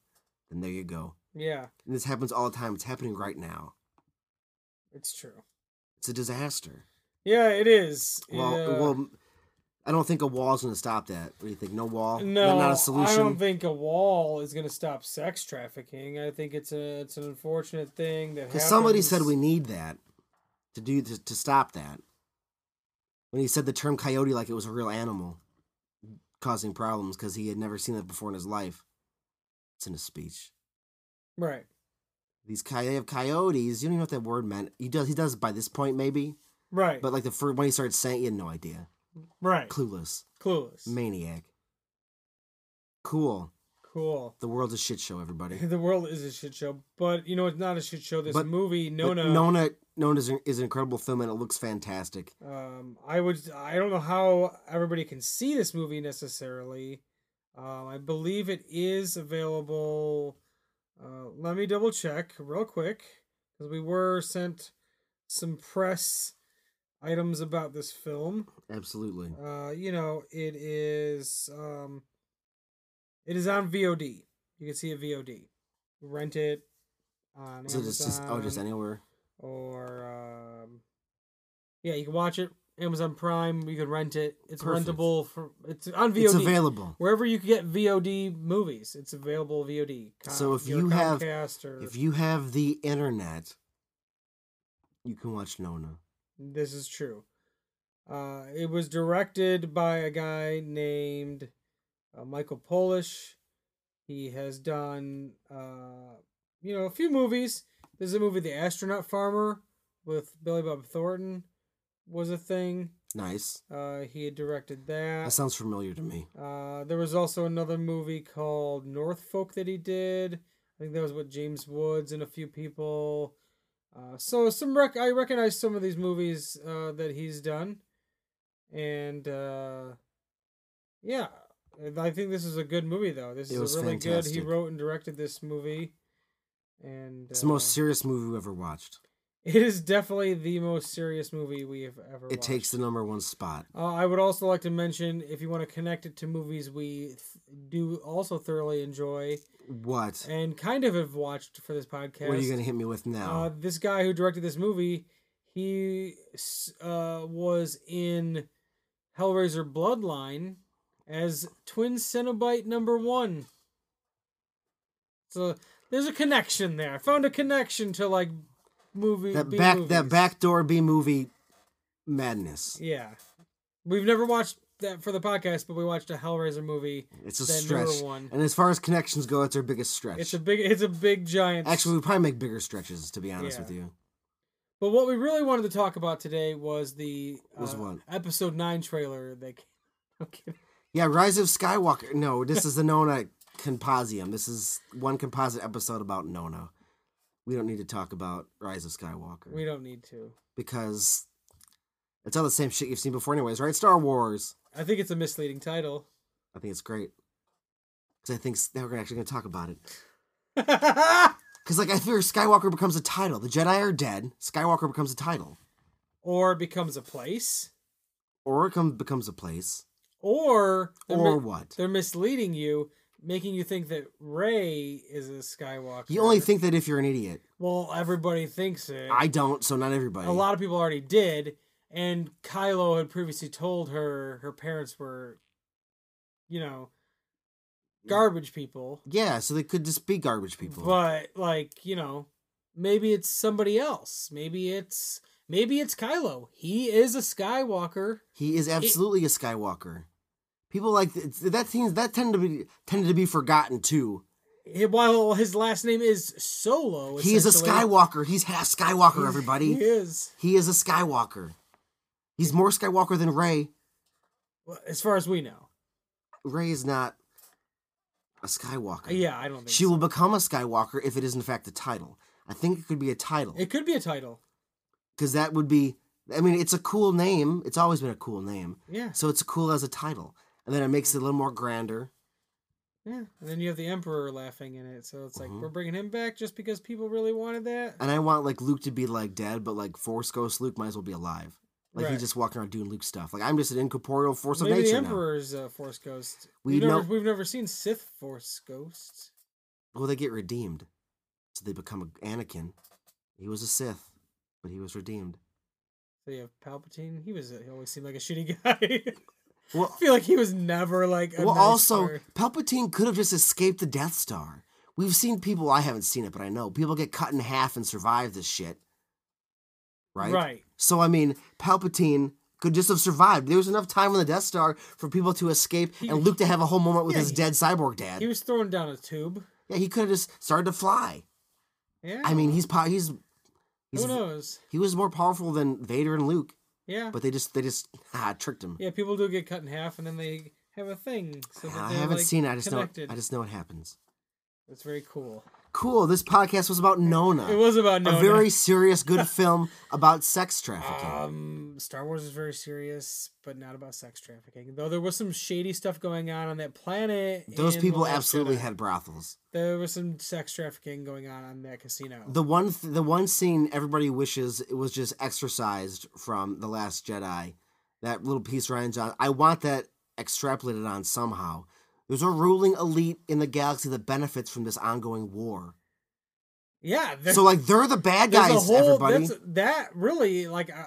Then there you go. Yeah. And this happens all the time. It's happening right now. It's true. It's a disaster. Yeah, it is. Well, Yeah. well, I don't think a wall's going to stop that. What do you think? No wall? no, not a solution. I don't think a wall is going to stop sex trafficking. I think it's a it's an unfortunate thing that Because somebody said happens. we need that to do to, to stop that. When he said the term coyote like it was a real animal, causing problems because he had never seen that before in his life. It's in his speech. right. These coy- they have coyotes. You don't even know what that word meant. He does. He does by this point maybe, Right. but like the first when he started saying, it, he had no idea. right. Clueless, Clueless. maniac. Cool. Cool. The world's a shit show, everybody. The world is a shit show, but you know it's not a shit show. This But- movie, But Nona. Nona, Nona is an, is an incredible film, and it looks fantastic. Um, I would. I don't know how everybody can see this movie necessarily. Um, I believe it is available. Uh, let me double check real quick because we were sent some press items about this film. Absolutely. Uh, you know, it is. Um, it is on VOD. You can see it VOD. Rent it on So it's just oh, just Amazon anywhere. or um, yeah, you can watch it. Amazon Prime, you can rent it. It's Perfect. rentable for it's on VOD. It's available. Wherever you can get VOD movies, it's available VOD. So if your you have- Comcast or, If you have the internet, you can watch Nona. this is true. Uh, it was directed by a guy named uh, Michael Polish. He has done uh, you know, a few movies. There's a movie, The Astronaut Farmer, with Billy Bob Thornton, was a thing. Nice. Uh, he had directed that. That sounds familiar to me. Uh, there was also another movie called North Folk that he did. I think that was with James Woods and a few people. Uh, so some rec- I recognize some of these movies uh, that he's done, and uh, yeah, I think this is a good movie though. This It is was a really good. fantastic. He wrote and directed this movie, and It's the most uh, serious movie we've ever watched. it is definitely the most serious movie we have ever. It watched. takes the number one spot. Uh, I would also like to mention if you want to connect it to movies we th- do also thoroughly enjoy What? and kind of have watched for this podcast. What are you gonna hit me with now? uh, this guy who directed this movie, he s- uh, was in Hellraiser Bloodline as Twin Cenobite number one. So there's a connection there. I found a connection to like movie that B back that movies. backdoor B movie madness. Yeah. We've never watched that for the podcast, but we watched a Hellraiser movie. It's a that stretch. newer one. And as far as connections go, it's our biggest stretch. It's a big it's a big giant Actually, we probably make bigger stretches to be honest Yeah. with you. But what we really wanted to talk about today was the uh, Was what? episode 9 trailer that came I'm kidding. Yeah, Rise of Skywalker. No, this is the Nona Composium. This is one composite episode about Nona. We don't need to talk about Rise of Skywalker We don't need to. because it's all the same shit you've seen before, anyways, right? Star Wars. I think it's a misleading title. I think it's great because I think s- now we're actually going to talk about it. Because like I figure Skywalker becomes a title. The Jedi are dead. Skywalker becomes a title, or becomes a place. or it come, becomes a place, Or they're, or mi- what? they're misleading you, making you think that Ray is a Skywalker. You only think that if you're an idiot. Well, everybody thinks it. I don't, so not everybody. a lot of people already did, and Kylo had previously told her her parents were, you know, garbage people. Yeah, so they could just be garbage people. But like, you know, maybe it's somebody else. Maybe it's maybe it's Kylo. He is a Skywalker. He is absolutely a Skywalker. People like th- that seems that tend to be tended to be forgotten too. He- While his last name is Solo, He is Oh, a essentially, Skywalker. He's half Skywalker, He everybody. is, He is a Skywalker. He's more Skywalker than Ray. well, as far as we know. Ray is not a Skywalker. Yeah, I don't think She so. will become a Skywalker if it is in fact a title. I think it could be a title It could be a title. because that would be. I mean, it's a cool name. It's always been a cool name, Yeah, so it's cool as a title, and then it makes it a little more grander. yeah. And then you have the Emperor laughing in it, so it's like Mhm. we're bringing him back just because people really wanted that. And I want like Luke to be like dead, but like Force Ghost Luke might as well be alive. Like Right. he's just walking around doing Luke stuff. Like I'm just an incorporeal force Maybe of nature the now. Emperor's uh, Force Ghost. We We've never, know- we've never seen Sith Force Ghosts. Well, they get redeemed, so they become a Anakin. He was a Sith, but he was redeemed. So you have Palpatine. He was he always seemed like a shitty guy. Well, I feel like he was never like. A Well, nice also, guy. Palpatine could have just escaped the Death Star. We've seen people, I haven't seen it, but I know people get cut in half and survive this shit. Right? Right. So, I mean, Palpatine could just have survived. There was enough time on the Death Star for people to escape and Luke to have a whole moment with Yeah, his he- dead cyborg dad. He was thrown down a tube. yeah, he could have just started to fly. Yeah. I mean, he's po- he's he's who knows? he was more powerful than Vader and Luke, Yeah. but they just they just ah, tricked him. yeah. People do get cut in half, and then they have a thing. So that I they're, haven't like, seen it. I just connected. know I just know it happens. It's very cool. Cool. This podcast was about Nona. It was about no. Uh, a very serious, good film about sex trafficking. Um, Star Wars is very serious, but not about sex trafficking. Though there was some shady stuff going on on that planet. Those in people The Last absolutely Jedi. had brothels. There was some sex trafficking going on on that casino. The one, th- the one scene everybody wishes it was just exorcised from the Last Jedi. That little piece Ryan John. I want that extrapolated on somehow. There's a ruling elite in the galaxy that benefits from this ongoing war. yeah. there- So like they're the bad there's guys, a whole, everybody. That's, that really like uh,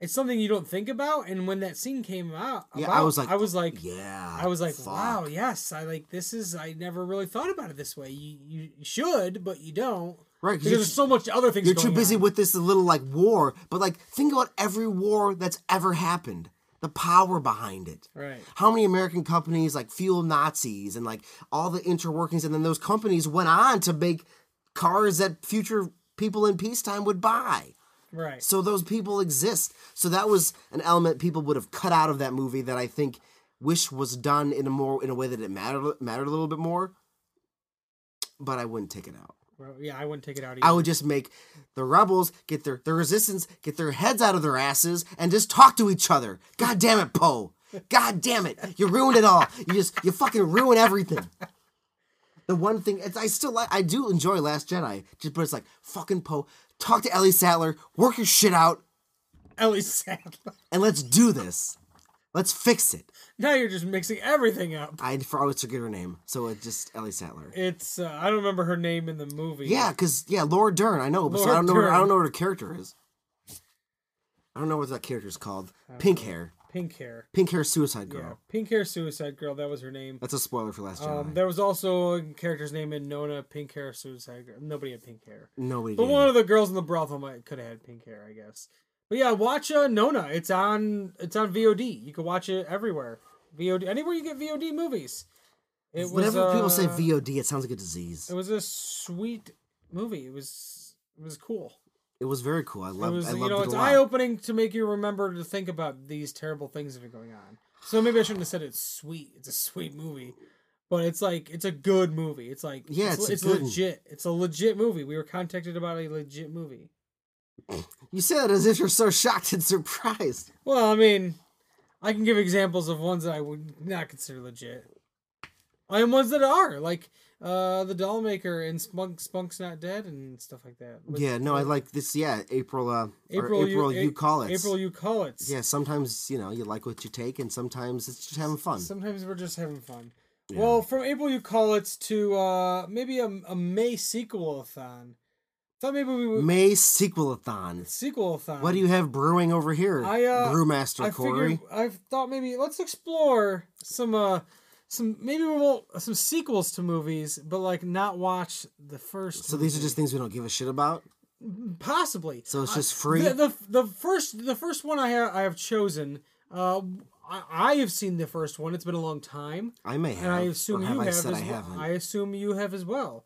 it's something you don't think about. And when that scene came out, Yeah, I about, was like, I was like, yeah. I was like, fuck. wow, yes, I like this is. I never really thought about it this way. You you, you should, but you don't Right, because there's so much other things. You're going too busy on. with this little like war, but like think about every war that's ever happened, the power behind it. right. How many American companies like fuel Nazis and like all the interworkings, and then those companies went on to make cars that future people in peacetime would buy. Right. So those people exist. So that was an element people would have cut out of that movie that I think wish was done in a more in a way that it mattered mattered a little bit more. But I wouldn't take it out. Well, yeah, I wouldn't take it out I either. would just make the rebels get their the resistance get their heads out of their asses and just talk to each other. God damn it, Poe. God damn it. You ruined it all. You just you fucking ruin everything. The one thing it's, I still like I do enjoy Last Jedi, just but it's like fucking Poe. Talk to Ellie Sattler, work your shit out, Ellie Sattler. and let's do this. Let's fix it. Now you're just mixing everything up. I for always forget her name, so it's just Ellie Sattler. It's uh, I don't remember her name in the movie. Yeah, because yeah, Laura Dern, I know, but so I Laura don't know. Her, I Dern. don't know what her character is. I don't know what that character's called. Pink hair, Pink hair. pink hair, suicide girl. Yeah. Pink hair suicide girl. That was her name. That's a spoiler for Last Jedi. Um, there was also a character's name in Nona. Pink hair suicide girl. Nobody had pink hair. Nobody. But did. one of the girls in the brothel might could have had pink hair, I guess. But yeah, watch uh, Nona. It's on it's on VOD. You can watch it everywhere. VOD anywhere you get VOD movies. It was, Whenever people say uh, VOD, it sounds like a disease. it was a sweet movie. It was it was cool. It was very cool. I It loved. was I you loved know it it's a lot. eye opening to make you remember to think about these terrible things that are going on. So maybe I shouldn't have said it's sweet. It's a sweet movie, but it's like it's a good movie. It's like Yeah, it's, it's a it's good one. legit. It's a legit movie. We were contacted about a legit movie. you say that as if you're so shocked and surprised. Well, I mean, I can give examples of ones that I would not consider legit, and ones that are like uh the doll maker and Spunk Spunk's Not Dead and stuff like that. Like, Yeah, no, I like this. Yeah, April. Uh, uh, April, or April. You, A- call it. April you call it. Yeah, sometimes you know you like what you take, and sometimes it's just having fun. Sometimes we're just having fun. Well, from April you call it to uh maybe a, a May sequel-a-thon. Thought maybe we would May sequelathon. sequel-a-thon. What do you have brewing over here, I, uh, Brewmaster I Corey? figured I thought maybe let's explore some uh some maybe we won't some sequels to movies, but like not watch the first. so these are just things we don't give a shit about. possibly. So it's I- just free. The, the the first the first one I have I have chosen. Uh, I, I have seen the first one. It's been a long time. I may have. and I assume or have you I have. said as I well. haven't. I assume you have as well.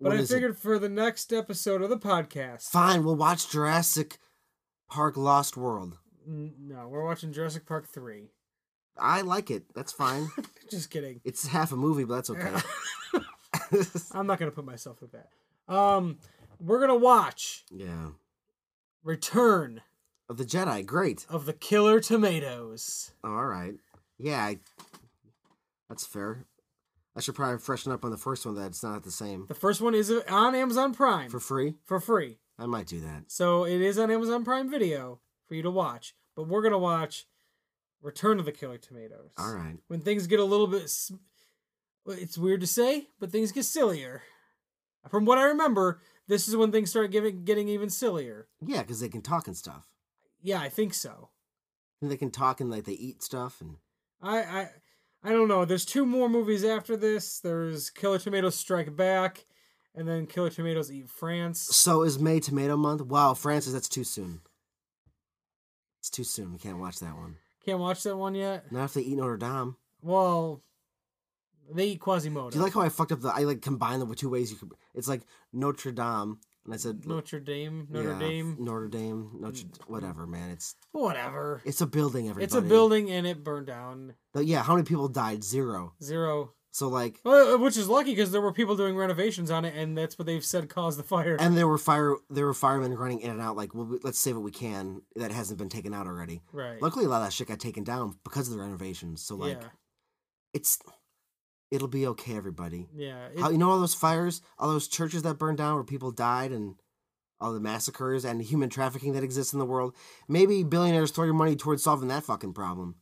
But What I is it? figured for the next episode of the podcast, Fine, we'll watch Jurassic Park: Lost World. N- no, we're watching Jurassic Park three. I like it. That's fine. Just kidding. it's half a movie, but that's okay. I'm not gonna put myself with that. Um, we're gonna watch yeah. Return Of the Jedi, great. of the Killer Tomatoes. Oh, all right. Yeah, I, that's fair. I should probably freshen up on the first one that it's not the same The first one is on Amazon Prime for for, free. free, I might do that. so it is on Amazon Prime Video for you to watch. But we're gonna watch Return of the Killer Tomatoes. All right. when things get a little bit s- well, it's weird to say but things get sillier from what i remember this is when things start giving, getting even sillier Yeah, because they can talk and stuff. yeah i think so They can talk and like they eat stuff and i i i don't know there's two more movies after this there's killer tomatoes strike back and then killer tomatoes eat france So is May Tomato Month? Wow, Francis, that's too soon. It's too soon. We can't watch that one. can't watch that one yet Not if they eat Notre Dame. well they eat quasimodo Do you like how I fucked up the? I like combined the two ways. You could. It's like Notre Dame, and I said notre dame notre yeah, dame Notre Dame, Notre whatever. Man, it's whatever it's a building. Everybody. it's a building and it burned down But yeah, how many people died? Zero. zero So like, Well, uh, which is lucky because there were people doing renovations on it, and that's what they've said caused the fire. and there were fire. There were firemen running in and out. Like, well, we- let's save what we can that hasn't been taken out already. right. Luckily, a lot of that shit got taken down because of the renovations. So like, it's it'll be okay, everybody. yeah, How, yeah. It, you know all those fires, all those churches that burned down where people died and all the massacres and human trafficking that exists in the world? Maybe billionaires throw your money towards solving that fucking problem.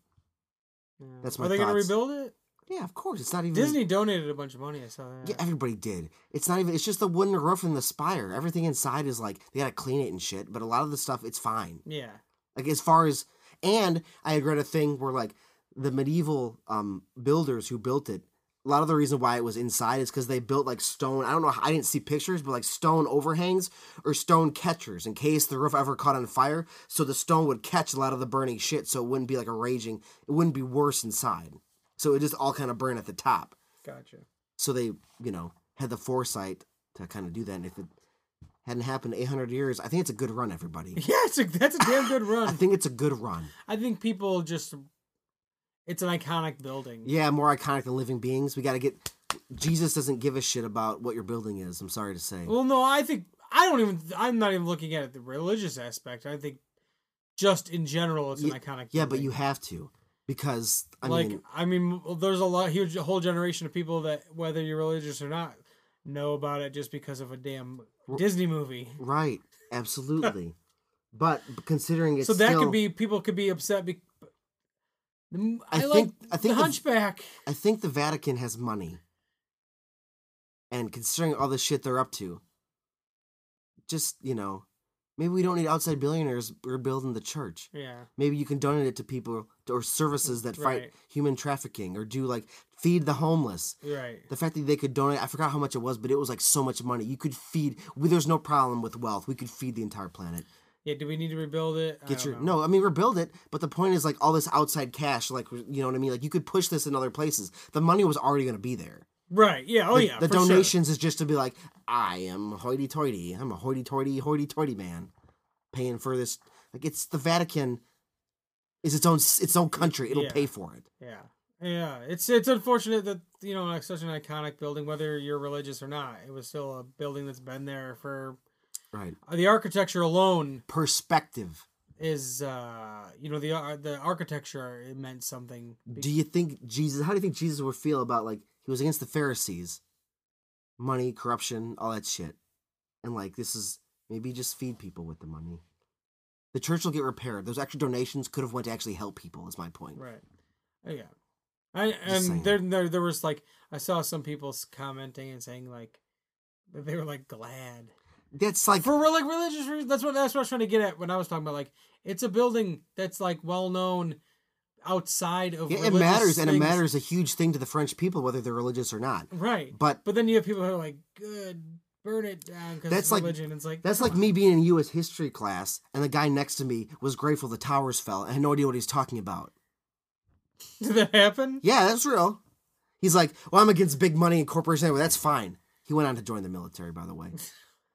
yeah. that's Are my they going to thoughts. rebuild it? Yeah, of course. It's not even Disney donated a bunch of money. I saw that. Yeah, everybody did. It's not even it's just the wooden roof and the spire. Everything inside is like they gotta clean it and shit, but a lot of the stuff it's fine. Yeah. Like as far as and I had read a thing where like the medieval um builders who built it, a lot of the reason why it was inside is because they built like stone. I don't know. I didn't see pictures, but like stone overhangs or stone catchers in case the roof ever caught on fire, so the stone would catch a lot of the burning shit, so it wouldn't be like a raging. It wouldn't be worse inside. So it just all kind of burned at the top. Gotcha. So they, you know, had the foresight to kind of do that. And if it hadn't happened in 800 years, I think it's a good run, everybody. Yeah, it's a, that's a damn good I run. think it's a good run. I think people just. It's an iconic building. Yeah, more iconic than living beings. We got to get. Jesus doesn't give a shit about what your building is. I'm sorry to say. Well, no, I think I don't even. I'm not even looking at it the religious aspect. I think just in general, it's an iconic. yeah, but building. you have to because I like. mean, I mean, well, there's a lot huge a whole generation of people that whether you're religious or not know about it just because of a damn Disney movie. right? Absolutely. but considering it's so that still- could be people could be upset. Be, the m- I, I like think- I think the the- Hunchback. I think the Vatican has money. And considering all the shit they're up to, just, you know, maybe we don't need outside billionaires We're building the church. Yeah, Maybe you can donate it to people or services that Right. fight human trafficking or do like feed the homeless. you're right. The fact that they could donate, I forgot how much it was, but it was like so much money. You could feed, we, there's no problem with wealth. We could feed the entire planet. Yeah, do we need to rebuild it? I Get don't your, know. no, I mean, rebuild it, but the point is like all this outside cash, like, you know what I mean? Like you could push this in other places. The money was already going to be there. right. Yeah. Oh the, yeah. the for sure. donations is just to be like, I am hoity toity. I'm a hoity toity, hoity toity man, paying for this. Like it's the Vatican is its own s- its own country. It'll Yeah. pay for it. Yeah. Yeah, it's it's unfortunate that you know like such an iconic building, whether you're religious or not, it was still a building that's been there for uh, Right. the architecture alone Perspective. is uh you know the ar- the architecture it meant something. Do you think Jesus? How do you think Jesus would feel about like he was against the Pharisees, money, corruption, all that shit, and like this is maybe just feed people with the money. The church will get repaired. Those extra donations could have went to actually help people. Is my point. Right. Oh, Yeah. I, saying. and there, there there was like I saw some people s- commenting and saying like that they were like glad That's like for like religious reasons. That's what that's what I was trying to get at when I was talking about like it's a building that's like well known outside of Yeah, it religious matters, and it things. matters a huge thing to the French people, whether they're religious or not. Right. But But then you have people who are like, good, burn it down because That's it's like- religion. it's like that's like me being in U.S. history class, and the guy next to me was grateful the towers fell and had no idea what he's talking about. did that happen? Yeah, that's real. He's like, well, I'm against big money and corporations anyway. That's fine. He went on to join the military, by the way,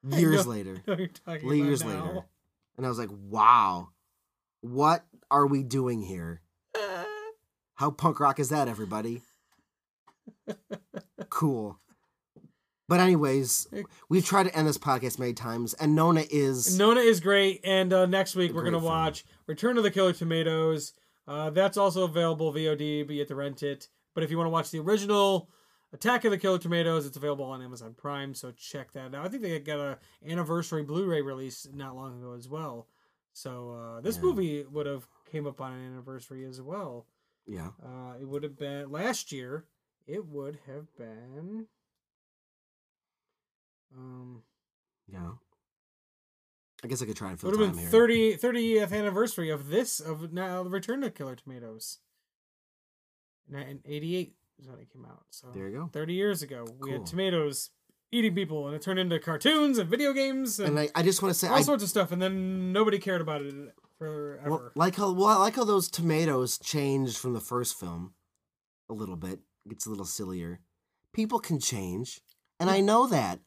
years later. I know what you're talking about Years now. later. And I was like, wow, what are we doing here? How punk rock is that, everybody? cool. But anyways, we've tried to end this podcast many times, and Nona is Nona is great, and uh, next week we're Great gonna film. watch Return of the Killer Tomatoes. Uh, that's also available VOD, but you have to rent it. But if you want to watch the original Attack of the Killer Tomatoes, it's available on Amazon Prime, so check that out. I think they got a anniversary Blu-ray release not long ago as well. So uh, this movie would have came up on an anniversary as well. yeah. Uh, it would have been last year. It would have been. Um, Yeah. I guess I could try and it fill would time have been 30, here. 30th anniversary of this of now the return of Killer Tomatoes. In eighty eight is when it came out. So There you go. Thirty years ago, we Cool. had tomatoes eating people, and it turned into cartoons and video games and, And I, I just want to say, all I, sorts of stuff. And then nobody cared about it forever. well, like how well, I like how those tomatoes changed from the first film a little bit. Gets a little sillier. People can change, and I know that.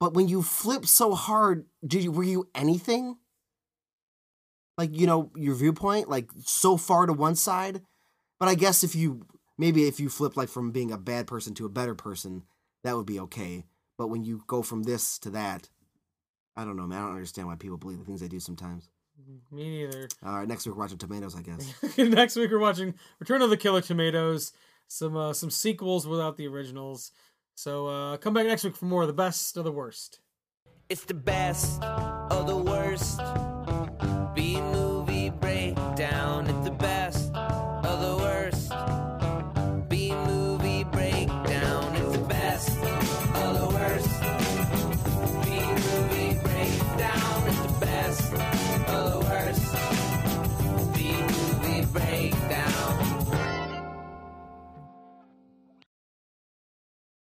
But when you flip so hard, did you were you anything? Like you know your viewpoint, like so far to one side. But I guess if you maybe if you flip like from being a bad person to a better person, that would be okay. But when you go from this to that, I don't know, man. I don't understand why people believe the things they do sometimes. Me neither. All right, next week we're watching Tomatoes, I guess. Next week we're watching Return of the Killer Tomatoes, some uh, some sequels without the originals. So uh, come back next week for more of the best of the worst. It's the best of the worst. B movie